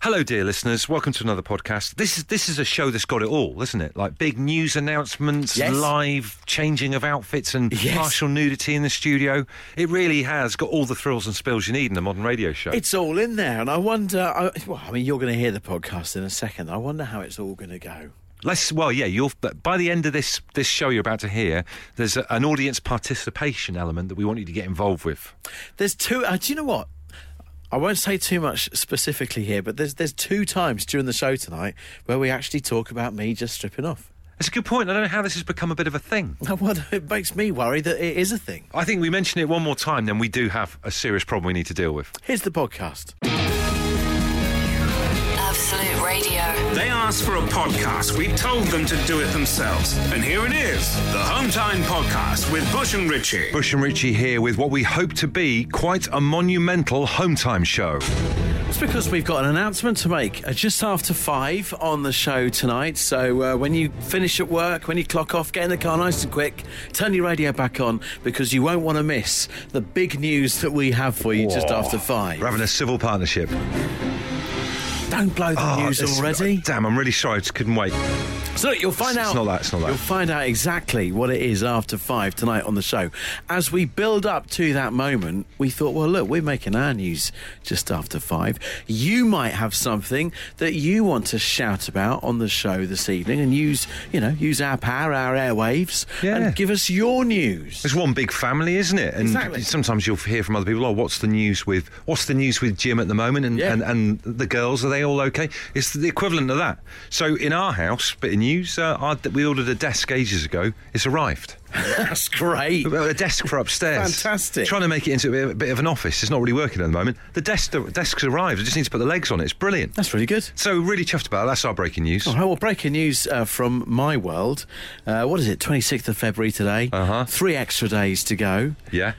Hello, dear listeners. Welcome to another podcast. This is this is a show that's got it all, isn't it? Like big news announcements, Yes. live changing of outfits, and Yes. partial nudity in the studio. It really has got all the thrills and spills you need in a modern radio show. It's all in there, and I wonder. I, well, I mean, you're going to hear the podcast in a second. I wonder how it's all going to go. Let's well, yeah. You'll but by the end of this this show you're about to hear, there's a, an audience participation element that we want you to get involved with. There's two. Uh, do you know what? I won't say too much specifically here, but there's there's two times during the show tonight where we actually talk about me just stripping off. That's a good point. I don't know how this has become a bit of a thing. Well, it makes me worry that it is a thing. I think we mention it one more time, then we do have a serious problem we need to deal with. Here's the podcast. Absolute Radio. They asked for a podcast. We told them to do it themselves. And here it is the Hometown Podcast with Bush and Richie. Bush and Richie here with what we hope to be quite a monumental home time show. It's because we've got an announcement to make uh, just after five on the show tonight. So uh, when you finish at work, when you clock off, get in the car nice and quick, turn your radio back on because you won't want to miss the big news that we have for you just Whoa. after five. We're having a civil partnership. Don't blow the Oh, Ah, news it's- already. Damn, I'm really sorry. I just couldn't wait. So look, you'll find It's- out. it's not that, it's not that. You'll find out exactly what it is after five tonight on the show. As we build up to that moment, we thought, well, look, we're making our news just after five. You might have something that you want to shout about on the show this evening, and use, you know, use our power, our airwaves, Yeah. and give us your news. It's one big family, isn't it? And Exactly. sometimes you'll hear from other people, oh, what's the news with what's the news with Jim at the moment and, Yeah. and, and the girls, are they all okay? It's the equivalent of that. So in our house, bit of news, uh, our, we ordered a desk ages ago. It's arrived. That's great. Well, A desk for upstairs. Fantastic. Trying to make it into a bit- a bit of an office. It's not really working at the moment. The desk the desk's arrived. I just need to put the legs on it. It's brilliant. That's really good. So really chuffed about it. That's our breaking news. All right, well, breaking news uh, from my world. Uh, what is it, 26th of February today? Uh-huh. Three extra days to go. Yeah.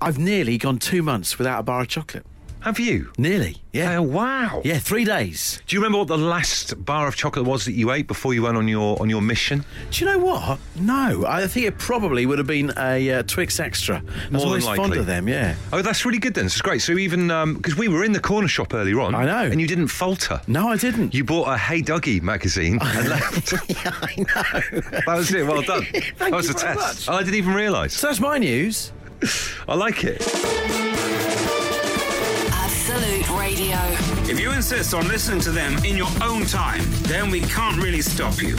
I've nearly gone two months without a bar of chocolate. Have you? Nearly, yeah. Oh, wow. Yeah, three days. Do you remember what the last bar of chocolate was that you ate before you went on your on your mission? Do you know what? No, I think it probably would have been a uh, Twix Extra. I was More than always fond likely. of them, yeah. Oh, that's really good then. It's great. So even because we were in the corner shop earlier on, I know. and you didn't falter. No, I didn't. You bought a Hey Dougie magazine and left. yeah, I know. that was it. Well done. that was you a very test. much. I didn't even realise. so that's my news. I like it. Absolute Radio. If you insist on listening to them in your own time, then we can't really stop you.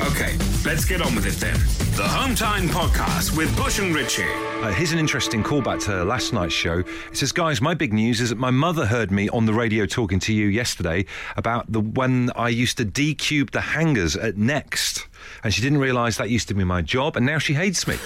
Okay, let's get on with it then. The Hometown Podcast with Bush and Richie. Uh, here's an interesting callback to last night's show. It says, "Guys, my big news is that my mother heard me on the radio talking to you yesterday about the when I used to decube the hangers at Next, and she didn't realise that used to be my job, and now she hates me.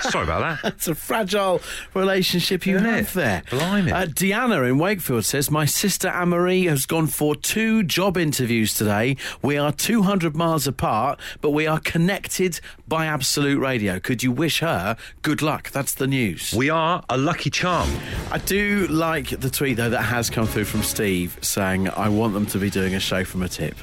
Sorry about that. It's a fragile relationship you Isn't have it? there. Blimey. Uh, Deanna in Wakefield says, My sister Anne Marie has gone for two job interviews today. We are 200 miles apart, but we are connected by Absolute Radio. Could you wish her good luck? That's the news. We are a lucky charm. I do like the tweet though that has come through from Steve saying I want them to be doing a show from a tip.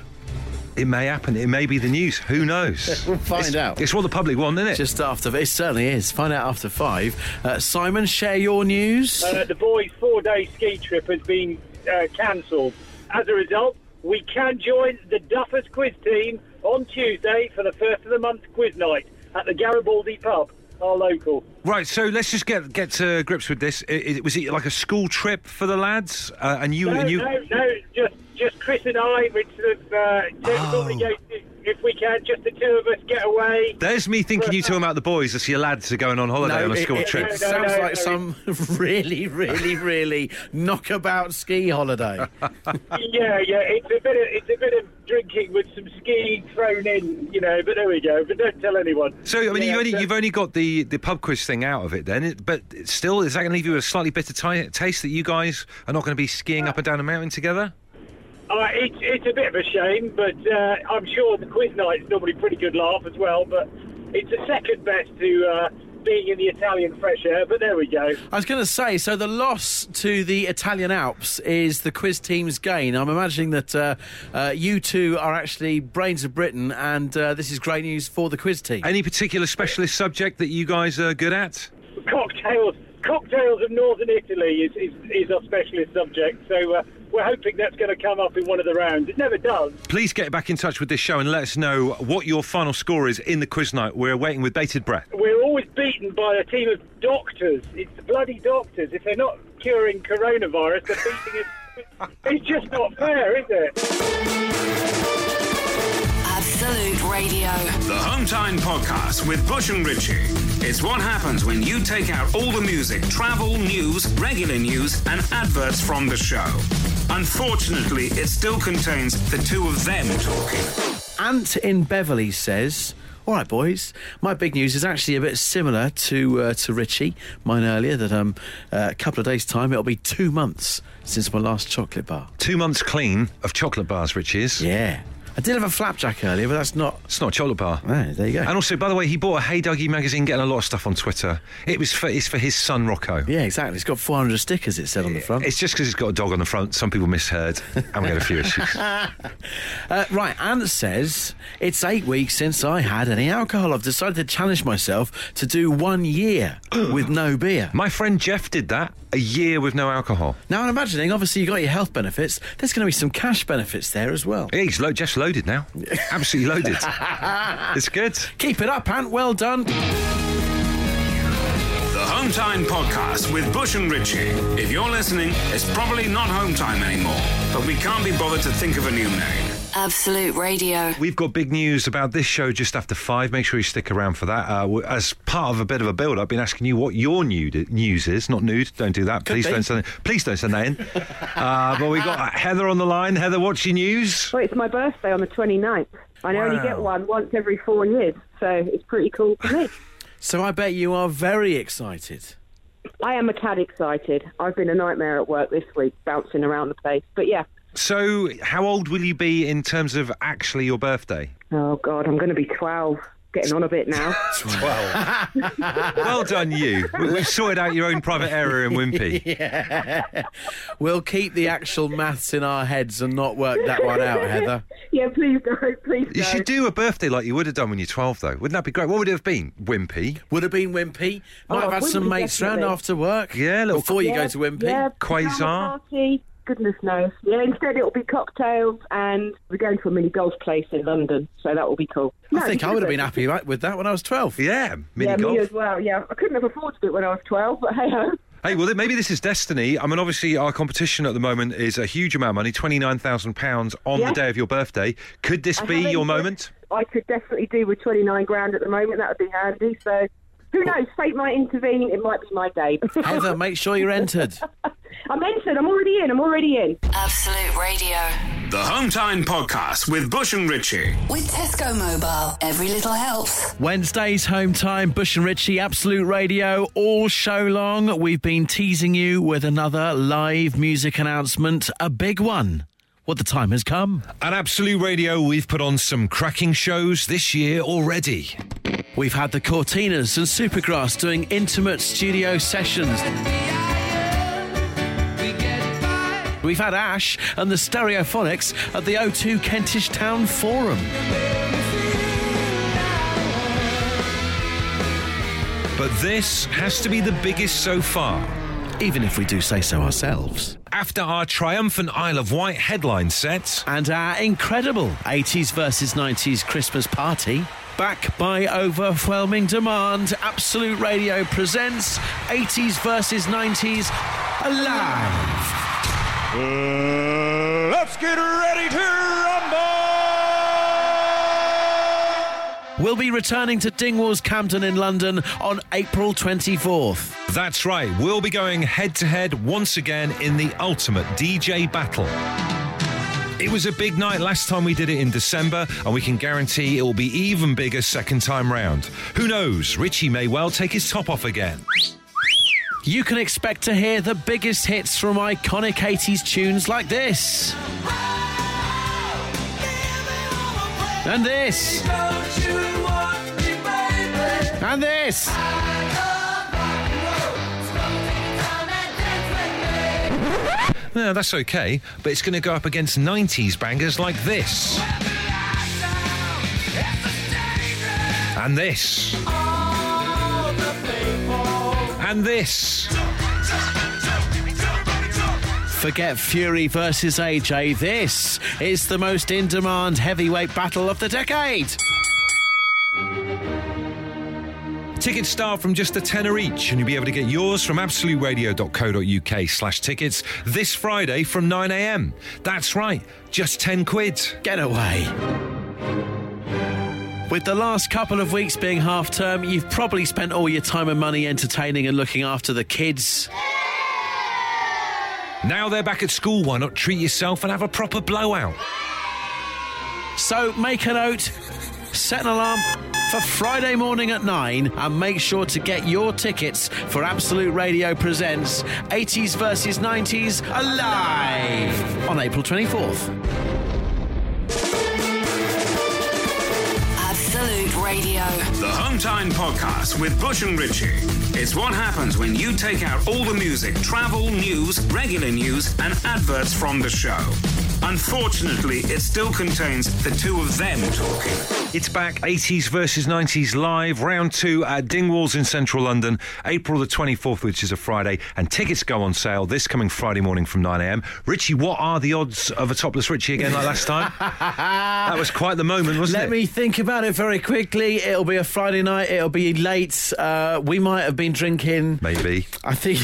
It may happen. It may be the news. Who knows? We'll find It's- out. It's what the public want, isn't it? Just after it certainly is. Find out after five. Uh, Simon, share your news. uh, the boys' four day ski trip has been uh, cancelled. As a result, we can join the Duffers quiz team on Tuesday for the first of the month quiz night at the Garibaldi pub, our local. right. So let's just get get to grips with this. I i was it like a school trip for the lads? Uh, and you No, and you. no, no, just, just Chris and I, which have, uh, Oh. normally go to, if we can, just the two of us get away. There's me thinking you talking about the boys as your lads are going on holiday on a it- school it, trip. it No, no, sounds no, like no. some really, really, really knockabout ski holiday. yeah, yeah, it's a bit of, it's a bit of drinking with some skiing thrown in, you know. But there we go. But don't tell anyone. So I mean, Yeah, you've, only, so- you've only got the, the pub quiz thing out of it then, it- but still, is that going to leave you with a slightly bitter ti taste that you guys are not going to be skiing up and down a mountain together? Uh, it's, it's a bit of a shame, but uh, I'm sure the quiz night's normally a pretty good laugh as well. But it's the second best to uh, being in the Italian fresh air. But there we go. I was going to say, so the loss to the Italian Alps is the quiz team's gain. I'm imagining that uh, uh, you two are actually brains of Britain, and uh, this is great news for the quiz team. Any particular specialist subject that you guys are good at? Cocktails, cocktails of northern Italy is, is, is our specialist subject. So uh, we're hoping that's going to come up in one of the rounds. It never does. Please get back in touch with this show and let us know what your final score is in the quiz night. We're waiting with bated breath. We're always beaten by a team of doctors. It's the bloody doctors. If they're not curing coronavirus, they're beating us. It's just not fair, is it? Absolute Radio. The Hometown Podcast with Bush and Ritchie. It's what happens when you take out all the music, travel, news, regular news, and adverts from the show. Unfortunately, it still contains the two of them talking. Ant in Beverly says, "All right, boys. My big news is actually a bit similar to uh, to Richie. Mine earlier that um uh, a couple of days time it'll be two months since my last chocolate bar. Two months clean of chocolate bars, Richies. Yeah, I did have a flapjack earlier, but that's not. It's not a chocolate bar. No, Ah, there you go. And also, by the way, he bought a Hey Dougie magazine, getting a lot of stuff on Twitter. It was for, it's for his son Rocco. yeah, exactly. It's got 400 stickers. It said on the front. It's just because it's got a dog on the front. Some people misheard, and we had a few issues. Uh, right, Ant says it's eight weeks since I had any alcohol. I've decided to challenge myself to do one year with no beer. My friend Jeff did that a year with no alcohol. Now I'm imagining, obviously, you got your health benefits. There's going to be some cash benefits there as well. Yeah, He's lo- Jeff's loaded now. Absolutely loaded. it's good. Keep it up, Ant. Well done. The Hometown Podcast with Bush and Ritchie. If you're listening, it's probably not Hometown anymore, but we can't be bothered to think of a new name. Absolute Radio. We've got big news about this show just after five. Make sure you stick around for that. Uh, we- as part of a bit of a build up, been asking you what your nude news is. Not nude. Don't do that. please be. don't send. Please don't send that in. uh, but we got uh, Heather on the line. Heather, what's your news? Well, it's my birthday on the 29th. I only Wow. get one once every four years, so it's pretty cool for me. So I bet you are very excited. I am a tad excited. I've been a nightmare at work this week, bouncing around the place. But yeah, So, how old will you be in terms of actually your birthday? oh God, I'm going to be 12. Getting on a bit now. Well done, you. We- We've sorted out your own private area in Wimpy. We'll keep the actual maths in our heads and not work that one out, Heather. yeah, please don't, please You should don't. do a birthday like you would have done when you're 12, though. Wouldn't that be great? What would it have been? Wimpy. Would have been Wimpy. Might Oh, have had some Wimpy, mates round definitely. after work. Yeah, little- Before you Yeah, go to Wimpy. yeah, Quasar. pyjama Party. Goodness knows. Yeah, instead it'll be cocktails, and we're going to a mini golf place in London, so that will be cool. I think I would have been happy right, with that when I was 12. Yeah, mini Yeah, me golf. as well. Yeah, I couldn't have afforded it when I was 12, but hey ho. Hey, well, th- maybe this is destiny. I mean, obviously, our competition at the moment is a huge amount of money £29,000 on Yeah. the day of your birthday. Could this be haven't your yet. moment? I could definitely do with 29 grand at the moment. That would be handy. So who knows? Fate might intervene. It might be my day. Heather, make sure you're entered. I'm entered. I'm already in. I'm already in. Absolute Radio. The Hometown Podcast with Bush and Ritchie. With Tesco Mobile, every little helps. Wednesday's home time, Bush and Ritchie, Absolute Radio, all show long. We've been teasing you with another live music announcement, a big one. Well, the time has come. At Absolute Radio, we've put on some cracking shows this year already. We've had the Cortinas and Supergrass doing intimate studio sessions. We've had Ash and the Stereophonics at the O2 Kentish Town Forum. But this has to be the biggest so far. Even if we do say so ourselves. After our triumphant Isle of Wight headline set, And our incredible 80s versus 90s Christmas party. Back by overwhelming demand, Absolute Radio presents 80s versus 90s Alive. Uh, let's get ready to rumble! We'll be returning to Dingwall's Camden in London on April 24th. That's right, we'll be going head to head once again in the ultimate DJ battle. It was a big night last time we did it in December, and we can guarantee it will be even bigger second time round. Who knows, Richie may well take his top off again. You can expect to hear the biggest hits from iconic 80s tunes like this. And this. And this. No, that's okay, but it's going to go up against 90s bangers like this. And this. And this. Forget Fury versus AJ. This is the most in demand heavyweight battle of the decade. Tickets start from just a tenner each, and you'll be able to get yours from absoluteradio.co.uk slash tickets this Friday from 9am. That's right, just 10 quid. Get away. With the last couple of weeks being half term, you've probably spent all your time and money entertaining and looking after the kids. Now they're back at school, why not treat yourself and have a proper blowout? So make a note, set an alarm for Friday morning at 9 and make sure to get your tickets for Absolute Radio Presents 80s versus 90s Alive on April 24th. Absolute Radio. The Hometown Podcast with Bush and Ritchie. It's what happens when you take out all the music, travel, news, regular news, and adverts from the show. Unfortunately, it still contains the two of them talking. It's back 80s versus 90s live, round two at Dingwalls in central London, April the 24th, which is a Friday, and tickets go on sale this coming Friday morning from 9am. Richie, what are the odds of a topless Richie again like last time? that was quite the moment, wasn't Let it? me think about it very quickly. It'll be a Friday night, it'll be late. Uh, we might have been drinking. Maybe. I think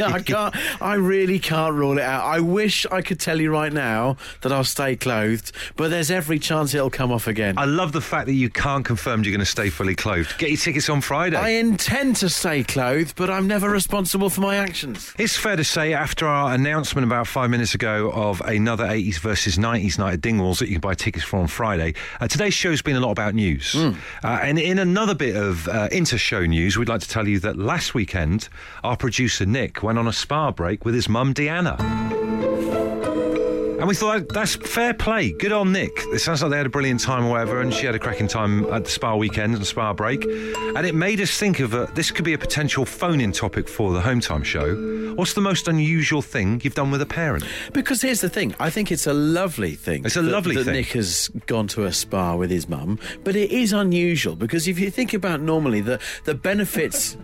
I can't. I really can't rule it out. I wish I could tell you right now that I'll stay clothed, but there's every chance it'll come off again. I love the fact that you can't confirm you're going to stay fully clothed. Get your tickets on Friday. I intend to stay clothed, but I'm never responsible for my actions. It's fair to say, after our announcement about five minutes ago of another 80s versus 90s night at Dingwalls that you can buy tickets for on Friday, uh, today's show's been a lot about news. Uh, and in another bit of uh, inter show news, we'd like to tell you that last weekend, our producer Nick went on a spa break with his mum Deanna. And we thought that's fair play. Good on Nick. It sounds like they had a brilliant time or whatever, and she had a cracking time at the spa weekend and spa break. And it made us think of a, this could be a potential phone in topic for the home time show. What's the most unusual thing you've done with a parent? Because here's the thing I think it's a lovely thing. It's a that- lovely that thing. Nick has gone to a spa with his mum, but it is unusual because if you think about normally the, the benefits.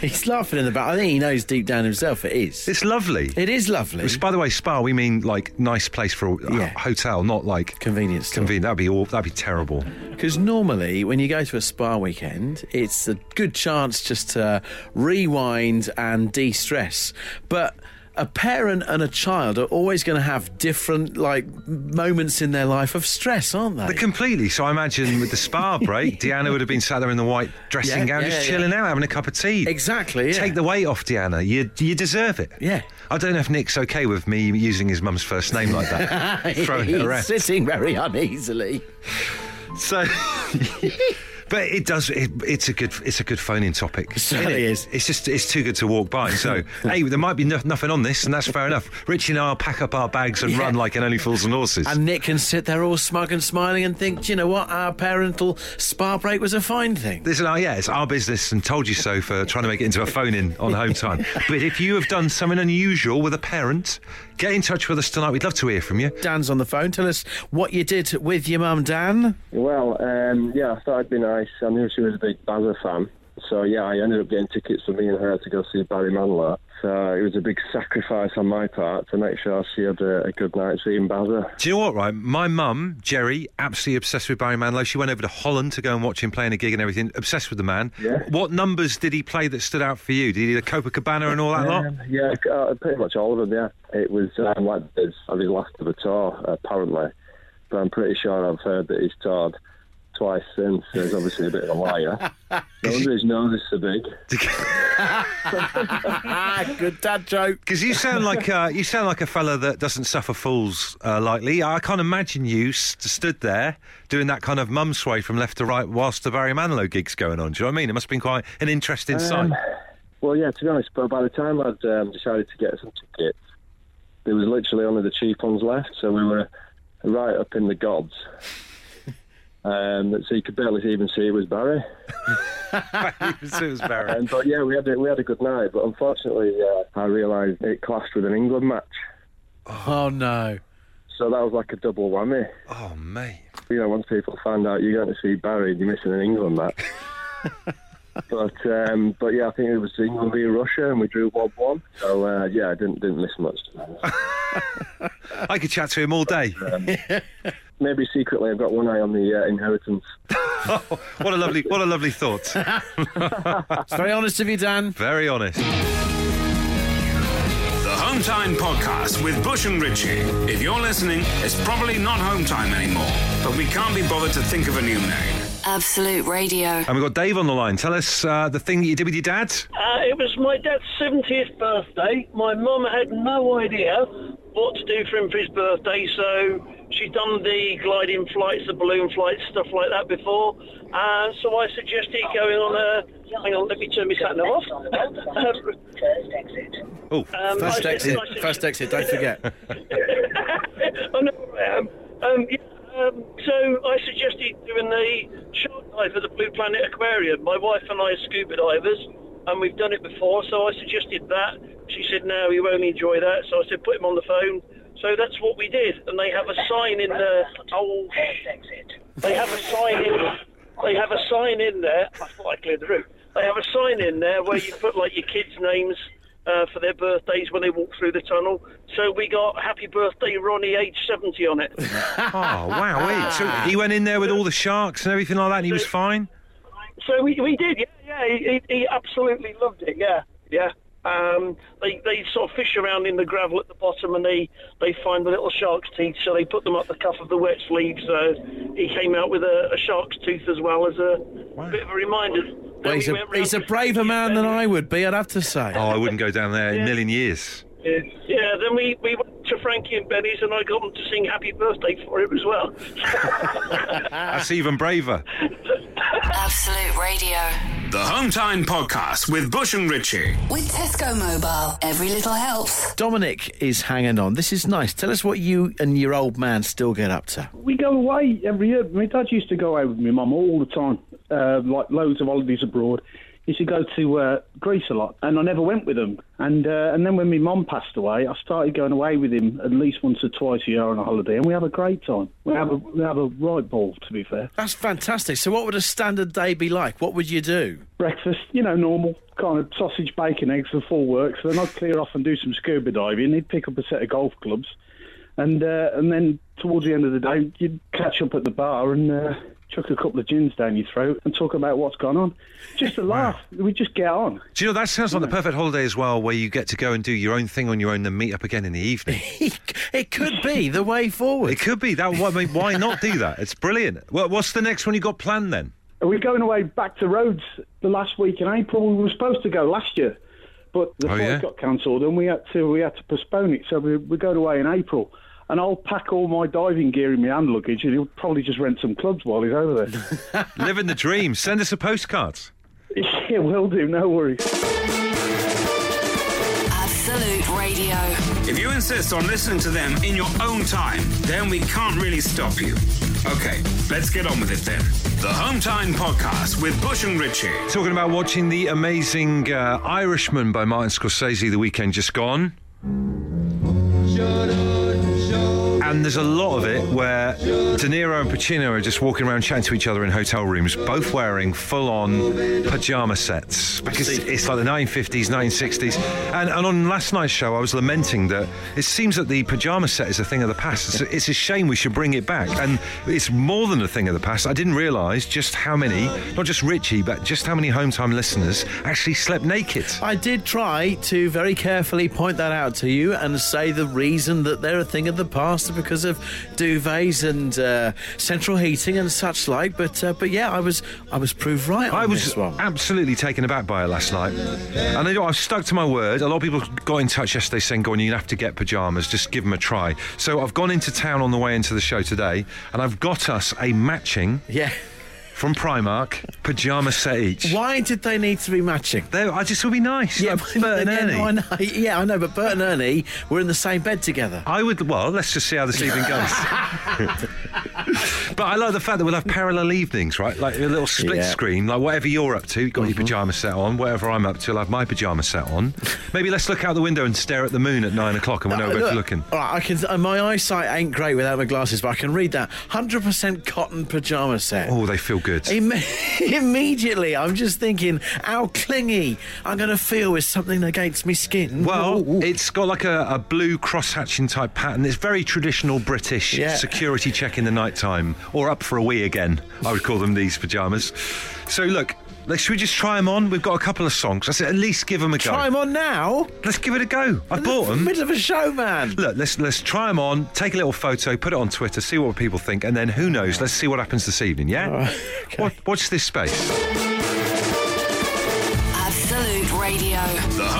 he's laughing in the back. I think he knows deep down himself it is. It's lovely. it is lovely. Which, by the way, spa, we mean like nice place for a Yeah. a hotel, not like Convenience store. Convenient. That'd be all, that'd be terrible. Because normally, when you go to a spa weekend, it's a good chance just to rewind and de stress. But a parent and a child are always going to have different like moments in their life of stress, aren't they? Completely. So I imagine with the spa break, Deanna would have been sat there in the white dressing Yeah, gown, yeah, just yeah. chilling out, having a cup of tea. exactly. Yeah. Take the weight off, Deanna. You you deserve it. Yeah. I don't know if Nick's okay with me using his mum's first name like that. throwing it He's around. sitting very uneasily. So. But it does. It, it's a good. It's a good phoning topic. certainly It is. It's just. It's too good to walk by. So, hey, there might be no, nothing on this, and that's fair enough. Richie and I'll pack up our bags and Yeah. run like an only fools and horses. And Nick can sit there all smug and smiling and think, Do you know what? Our parental spa break was a fine thing. Listen, oh, yeah, it's our business and told you so for trying to make it into a phone in on home time. But if you have done something unusual with a parent, get in touch with us tonight. We'd love to hear from you. Dan's on the phone. Tell us what you did with your mum, Dan. Well, um, yeah, I thought it'd be nice. I knew she was a big Bazza fan. So, yeah, I ended up getting tickets for me and her to go see Barry Manilow. So it was a big sacrifice on my part to make sure she had a, a good night seeing Bazza. Do you know what, right? My mum, Jerry, absolutely obsessed with Barry Manilow. She went over to Holland to go and watch him playing a gig and everything. Obsessed with the man. Yeah. What numbers did he play that stood out for you? Did he do the Copacabana and all that lot? Um, yeah, uh, pretty much all of them, yeah. It was um, like his, of his last of a tour, apparently. But I'm pretty sure I've heard that he's toured twice since. So he's obviously a bit of a liar. No wonder his nose is so big. Ah, good dad joke. Because you sound like uh, you sound like a fella that doesn't suffer fools uh, lightly. I can't imagine you st- stood there doing that kind of mum sway from left to right whilst the Barry Manilow gig's going on. Do you know what I mean? It must have been quite an interesting Um, sight. Well, yeah, to be honest, but by the time I'd um, decided to get some tickets, there was literally only the cheap ones left, so we were right up in the gods. Um, so you could barely even see it was Barry. it was Barry. Um, but yeah, we had a, we had a good night. But unfortunately, uh, I realised it clashed with an England match, Oh no. so that was like a double whammy. Oh mate. You know, once people find out you're going to see Barry, and you're missing an England match. but um, but yeah, I think it was England v Russia, and we drew one one. So uh, yeah, I didn't didn't miss much. I could chat to him all day. Maybe secretly, I've got one eye on the uh, inheritance. What a lovely, what a lovely thought. It's very honest of you, Dan. Very honest. The Home Time Podcast with Bush and Ritchie. If you're listening, it's probably not Home Time anymore, but we can't be bothered to think of a new name. Absolute Radio. And we've got Dave on the line. Tell us uh, the thing that you did with your dad. Uh, it was my dad's 70th birthday. My mum had no idea what to do for him for his birthday, so she'd done the gliding flights, the balloon flights, stuff like that before. Uh, so I suggested going on a. Hang on, let me turn my sat nav off. First exit. Oh, Um, First I- exit. I- First exit. Don't forget. I know I am. Um, yeah, um, so I suggested doing the shark dive at the Blue Planet Aquarium. My wife and I are scuba divers, and we've done it before, so I suggested that. She said, no, you won't enjoy that. So I said, put him on the phone. So that's what we did, and they have a sign in the old. First exit. They have a sign in. They have a sign in there. I thought I cleared the room. They have a sign in there where you put like your kids' names uh, for their birthdays when they walk through the tunnel. So we got "Happy Birthday, Ronnie," age seventy on it. oh wow! Wait, so he went in there with all the sharks and everything like that, and he was fine. so we, we did. Yeah, yeah. He, he he absolutely loved it. Yeah, yeah. Um, they they sort of fish around in the gravel at the bottom, and they they find the little shark's teeth. So they put them up the cuff of the wet sleeve. So he came out with a, a shark's tooth as well as a bit of a reminder. Well, Then we he's a, went round he's a to- braver man than I would be, I'd have to say. Oh, I wouldn't go down there in a million years. Yeah, then we, we went to Frankie and Benny's and I got them to sing Happy Birthday for him as well. That's even braver. Absolute Radio. The Home Time Podcast with Bush and Ritchie. With Tesco Mobile, every little helps. Dominic is hanging on. This is nice. Tell us what you and your old man still get up to. We go away every year. My dad used to go out with my mum all the time, uh, like loads of holidays abroad. He used to go to uh, Greece a lot, and I never went with him. And uh, and then when my mum passed away, I started going away with him at least once or twice a year on a holiday, and we have a great time. We have a we have a right ball, to be fair. That's fantastic. So, what would a standard day be like? What would you do? Breakfast, you know, normal kind of sausage, bacon, eggs, the full works. Then I'd clear off and do some scuba diving. He'd pick up a set of golf clubs, and uh, and then towards the end of the day, you'd catch up at the bar and uh, chuck a couple of gins down your throat and talk about what's gone on. Just a laugh. We just get on. Do you know that sounds like the perfect holiday as well, where you get to go and do your own thing on your own, then meet up again in the evening. it could be the way forward. It could be that. I mean, why not do that? It's brilliant. Well, what's the next one you got planned then? Are we going away back to Rhodes the last week in April? We were supposed to go last year, but the Oh, flight yeah? got cancelled and we had to we had to postpone it. So we we going away in April, and I'll pack all my diving gear in my hand luggage, and he'll probably just rent some clubs while he's over there. Living the dream. Send us a postcard. yeah, will do. No worries. Absolute Radio. If you insist on listening to them in your own time, then we can't really stop you. Okay, let's get on with it then. The Home Time Podcast with Bush and Ritchie. Talking about watching the amazing uh, Irishman by Martin Scorsese the weekend just gone. And there's a lot of it where De Niro and Pacino are just walking around chatting to each other in hotel rooms, both wearing full on pajama sets. Because it's like the 1950s, 1960s. And, and on last night's show, I was lamenting that it seems that the pajama set is a thing of the past. It's a, it's a shame we should bring it back. And it's more than a thing of the past. I didn't realise just how many, not just Richie, but just how many home time listeners actually slept naked. I did try to very carefully point that out to you and say the reason that they're a thing of the past is because of duvets and uh, central heating and such like. But uh, but yeah, I was I was proved right. On I was this one. absolutely taken aback by it last night. And I, I've stuck to my word. A lot of people got in touch yesterday saying, go on, you have to get pyjamas. Just give them a try. So I've gone into town on the way into the show today and I've got us a matching yeah. from Primark pyjama set each. Why did they need to be matching? There, I just would be nice. Yeah, like but- Bert and yeah, Ernie. no, I know, yeah, I know, but Bert and Ernie were in the same bed together. I would, well, let's just see how this evening goes. But I like the fact that we'll have parallel evenings, right? Like a little split Yeah. Mm-hmm. screen, like whatever you're up to, you've got your pyjama set on, whatever I'm up to, I'll have my pyjama set on. Maybe let's look out the window and stare at the moon at nine o'clock and we'll know we're both Uh, Look, looking. All right, I can. Uh, my eyesight ain't great without my glasses, but I can read that. Hundred percent cotton pajama set. Oh, they feel good. Imme- immediately, I'm just thinking how clingy I'm going to feel with something against my skin. Well, Ooh, ooh. it's got like a, a blue cross-hatching type pattern. It's very traditional British Yeah. security check in the night time, or up for a wee again. I would call them these pajamas. So look, like, should we just try them on? We've got a couple of songs. I said at least give them a go. try 'em on now. Let's give it a go. I bought them. Middle of a show, man. Look, let's let's try them on. Take a little photo, put it on Twitter, see what people think, and then who knows? Let's see what happens this evening. Yeah. okay. Wa- watch this space. Absolute Radio. The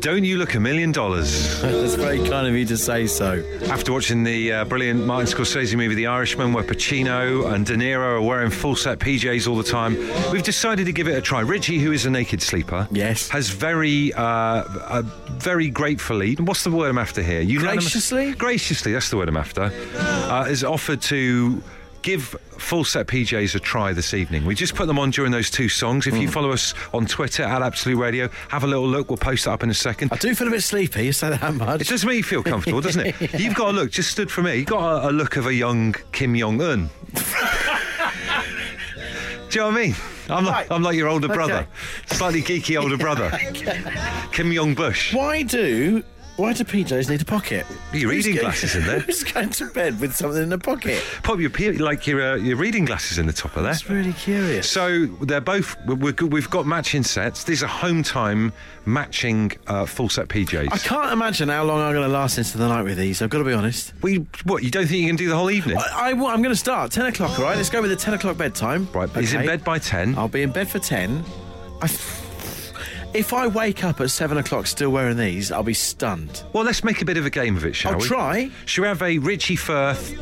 Don't you look a million dollars? that's very kind of you to say so. After watching the uh, brilliant Martin Scorsese movie The Irishman, where Pacino and De Niro are wearing full set PJs all the time, we've decided to give it a try. Richie, who is a naked sleeper, Yes. has very, uh, uh, very gratefully. What's the word I'm after here? Unanimous- Graciously? graciously. That's the word I'm after. Uh, is offered to. Give full set PJs a try this evening. We just put them on during those two songs. If Mm. you follow us on Twitter at Absolute Radio, have a little look. We'll post that up in a second. I do feel a bit sleepy. You say that much. It does make you feel comfortable, doesn't it? You've got a look, just stood for me, you've got a, a look of a young Kim Jong un. Do you know what I mean? I'm like, I'm like your older brother, slightly geeky older brother, Kim Jong Bush. Why do why do PJs need a pocket? Your Who's reading go- glasses in there. Who's going to bed with something in a pocket? Pop your pe- like your uh, your reading glasses in the top of there. That's really curious. So they're both. we- We're, good- we've got matching sets. These are home time matching uh, full set PJs. I can't imagine how long I'm going to last into the night with these. I've got to be honest. we what? You don't think you can do the whole evening? I, am going to start ten o'clock. All right, let's go with the ten o'clock bedtime. right. He's in Okay. Uh, bed by ten. I'll be in bed for ten. I th- if I wake up at seven o'clock still wearing these, I'll be stunned. Well, let's make a bit of a game of it, shall I'll we? Um, try. Shall we have a Richie Firth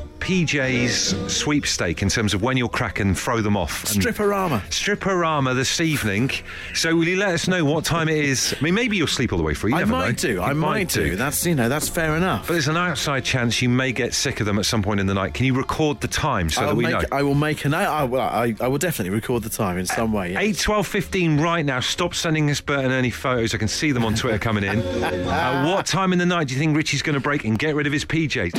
PJ's sweepstake in terms of when you'll crack and throw them off? And Stripperama. Stripperama this evening. So will you let us know what time it is? I mean, maybe you'll sleep all the way through. You I never might know. do. You I might, do. That's you know that's fair enough. But there's an outside chance you may get sick of them at some point in the night. Can you record the time so that I'll we make, know? I will make a note. I will, I, I will definitely record the time in some way. yeah. 8, 12, 15 right now. Stop sending us Bert and Ernie photos. I can see them on Twitter coming in. Uh, what time in the night do you think Richie's going to break and get rid of his PJs?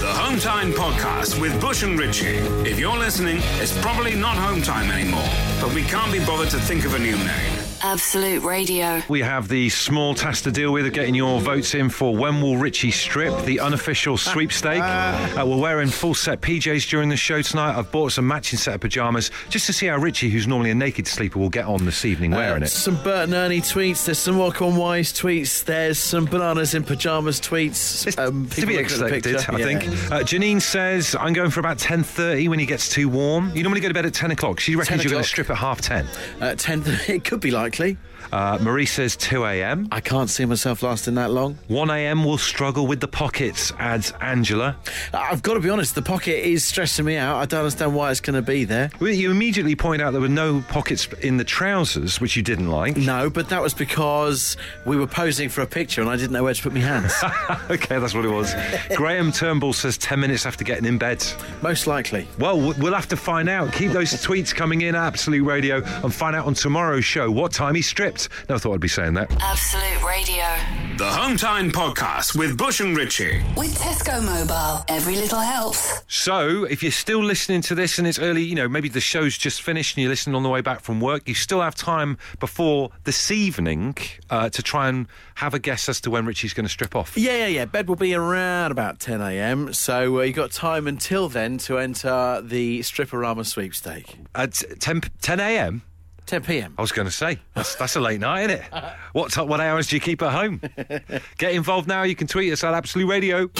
The Hometown Podcast with Bush and Ritchie. If you're listening, it's probably not Hometown anymore, but we can't be bothered to think of a new name. Absolute Radio. We have the small task to deal with of getting your votes in for when will Richie strip the unofficial sweepstake. uh, we're wearing full set PJs during the show tonight. I've bought some matching set of pajamas just to see how Richie, who's normally a naked sleeper, will get on this evening wearing Uh, it. Some Bert and Ernie tweets. There's some Rock on Wise tweets. There's some bananas in pajamas tweets. It's to um, people be look at the expected, picture, I yeah. think. Uh, Janine says, "I'm going for about 10:30 when he gets too warm. You normally go to bed at 10 o'clock. She reckons you're going to o'clock. strip at half 10." Uh, ten. It could be likely. Uh, Marie says 2 a.m. I can't see myself lasting that long. 1 a.m. will struggle with the pockets, adds Angela. Uh, I've got to be honest. The pocket is stressing me out. I don't understand why it's going to be there. Well, You immediately point out there were no pockets in the trousers, which you didn't like. No, but that was because we were posing for a picture and I didn't know where to put my hands. okay, that's what it was. Graham Turnbull says 10 minutes after getting in bed. Most likely. Well, w- we'll have to find out. Keep those tweets coming in, Absolute Radio, and find out on tomorrow's show what time he stripped. Never thought I'd be saying that. Absolute Radio. The Hometown Podcast with Bush and Ritchie. With Tesco Mobile, every little helps. So, if you're still listening to this and it's early, you know, maybe the show's just finished and you're listening on the way back from work, you still have time before this evening uh, to try and have a guess as to when Richie's going to strip off. Yeah, yeah, yeah. Bed will be around about 10 a.m. So uh, you've got time until then to enter the Stripperama sweepstake. At 10, 10 a.m.? 10 p.m. I was going to say that's that's a late night, isn't it? What t- what hours do you keep at home? Get involved now. You can tweet us at Absolute Radio.